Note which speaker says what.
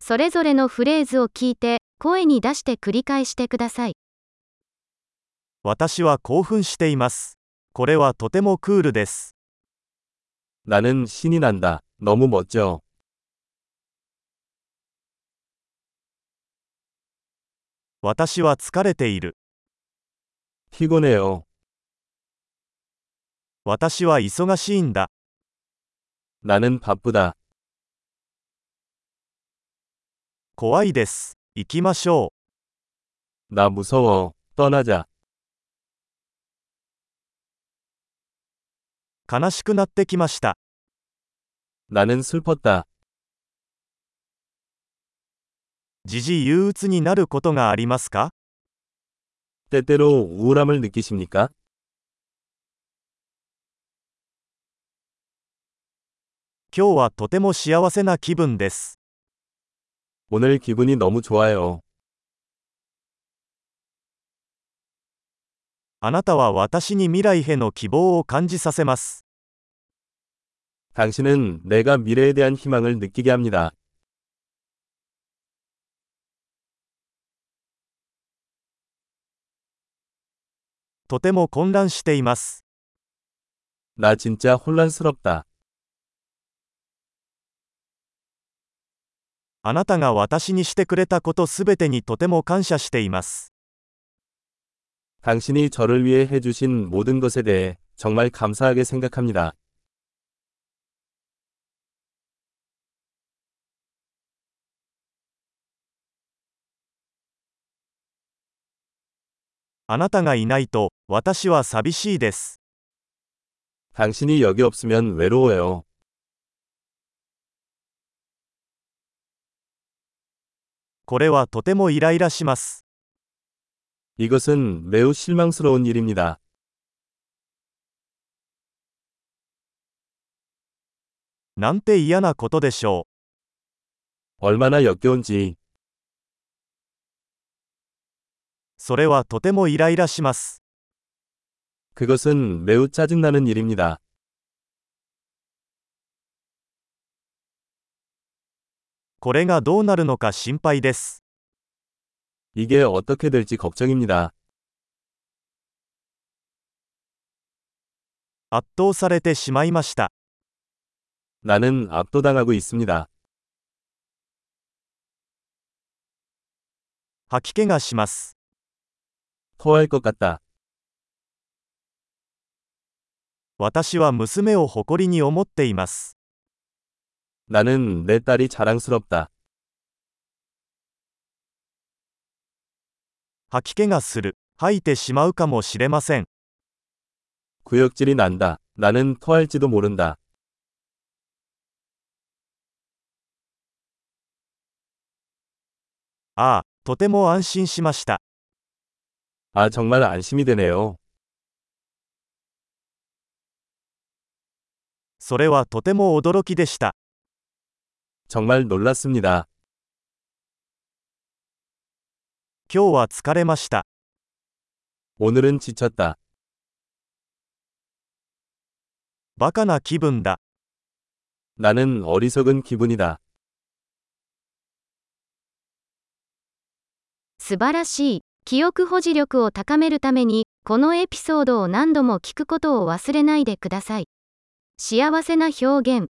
Speaker 1: それぞれのフレーズを聞いて、声に出して繰り返してください。
Speaker 2: 私は興奮しています。これはとてもクールです。
Speaker 3: 나는 신이 난다. 너무 멋져.
Speaker 2: 私は疲れている。
Speaker 3: 피곤해요.
Speaker 2: 私は忙しいんだ。
Speaker 3: 나는 바쁘다.
Speaker 2: 怖いです。行きましょ
Speaker 3: 나 무서워. 떠나자.
Speaker 2: う。悲しくなってきました。
Speaker 3: 나는 슬펐다.
Speaker 2: 時々憂鬱になることがありますか
Speaker 3: 때때로 우울함을 느끼십니까?
Speaker 2: 今日はとても幸せな気分です。
Speaker 3: 오늘 기분이 너무 좋아요.
Speaker 2: あなたは私に未来への希望を感じさせます。
Speaker 3: 당신은 내가 미래에 대한 희망을 느끼게 합니다.
Speaker 2: とても混乱しています。
Speaker 3: 나 진짜 혼란스럽다.
Speaker 2: あなたが私にしてくれたことすべてにとても感謝しています。
Speaker 3: 당신이 저를 위해 해주신 모든 것에 대해 정말 감사하게 생각합니다.
Speaker 2: あなたがいないと、私は寂しいです。
Speaker 3: 당신이 여기 없으면 외로워요.
Speaker 2: これはとてもイライラします。
Speaker 3: 이것은 매우 실망스러운 일입니다.
Speaker 2: なんて嫌なことでしょ
Speaker 3: 얼마나 역겨운지.
Speaker 2: う。それはとてもイライラします。
Speaker 3: 그것은 매우 짜증나는 일입니다.
Speaker 2: これがどうなるのか心配です。
Speaker 3: 이게 어떻게 될지 걱정입니다.
Speaker 2: 圧倒されてしまいました。
Speaker 3: 나는 압도당하고 있습니다.
Speaker 2: 吐き気がします。
Speaker 3: 토할 것 같다.
Speaker 2: 私は娘を誇りに思っています。
Speaker 3: 나는 내 딸이 자랑스럽다.
Speaker 2: 吐き気がする。吐いてしまうかもしれません。
Speaker 3: 구역질이 난다. 나는 토할지도 모른다.
Speaker 2: ああ、とても安心しました。
Speaker 3: 아, 정말 안심이 되네요.
Speaker 2: それはとても驚きでした。
Speaker 3: 정말 놀랐습니다.
Speaker 2: 今日は疲れました。
Speaker 3: 오늘은 지쳤다.
Speaker 2: バカな気分だ。
Speaker 3: 나는 어리석은 기분이다.
Speaker 1: 素晴らしい。記憶保持力を高めるために、このエピソードを何度も聞くことを忘れないでください。幸せな表現、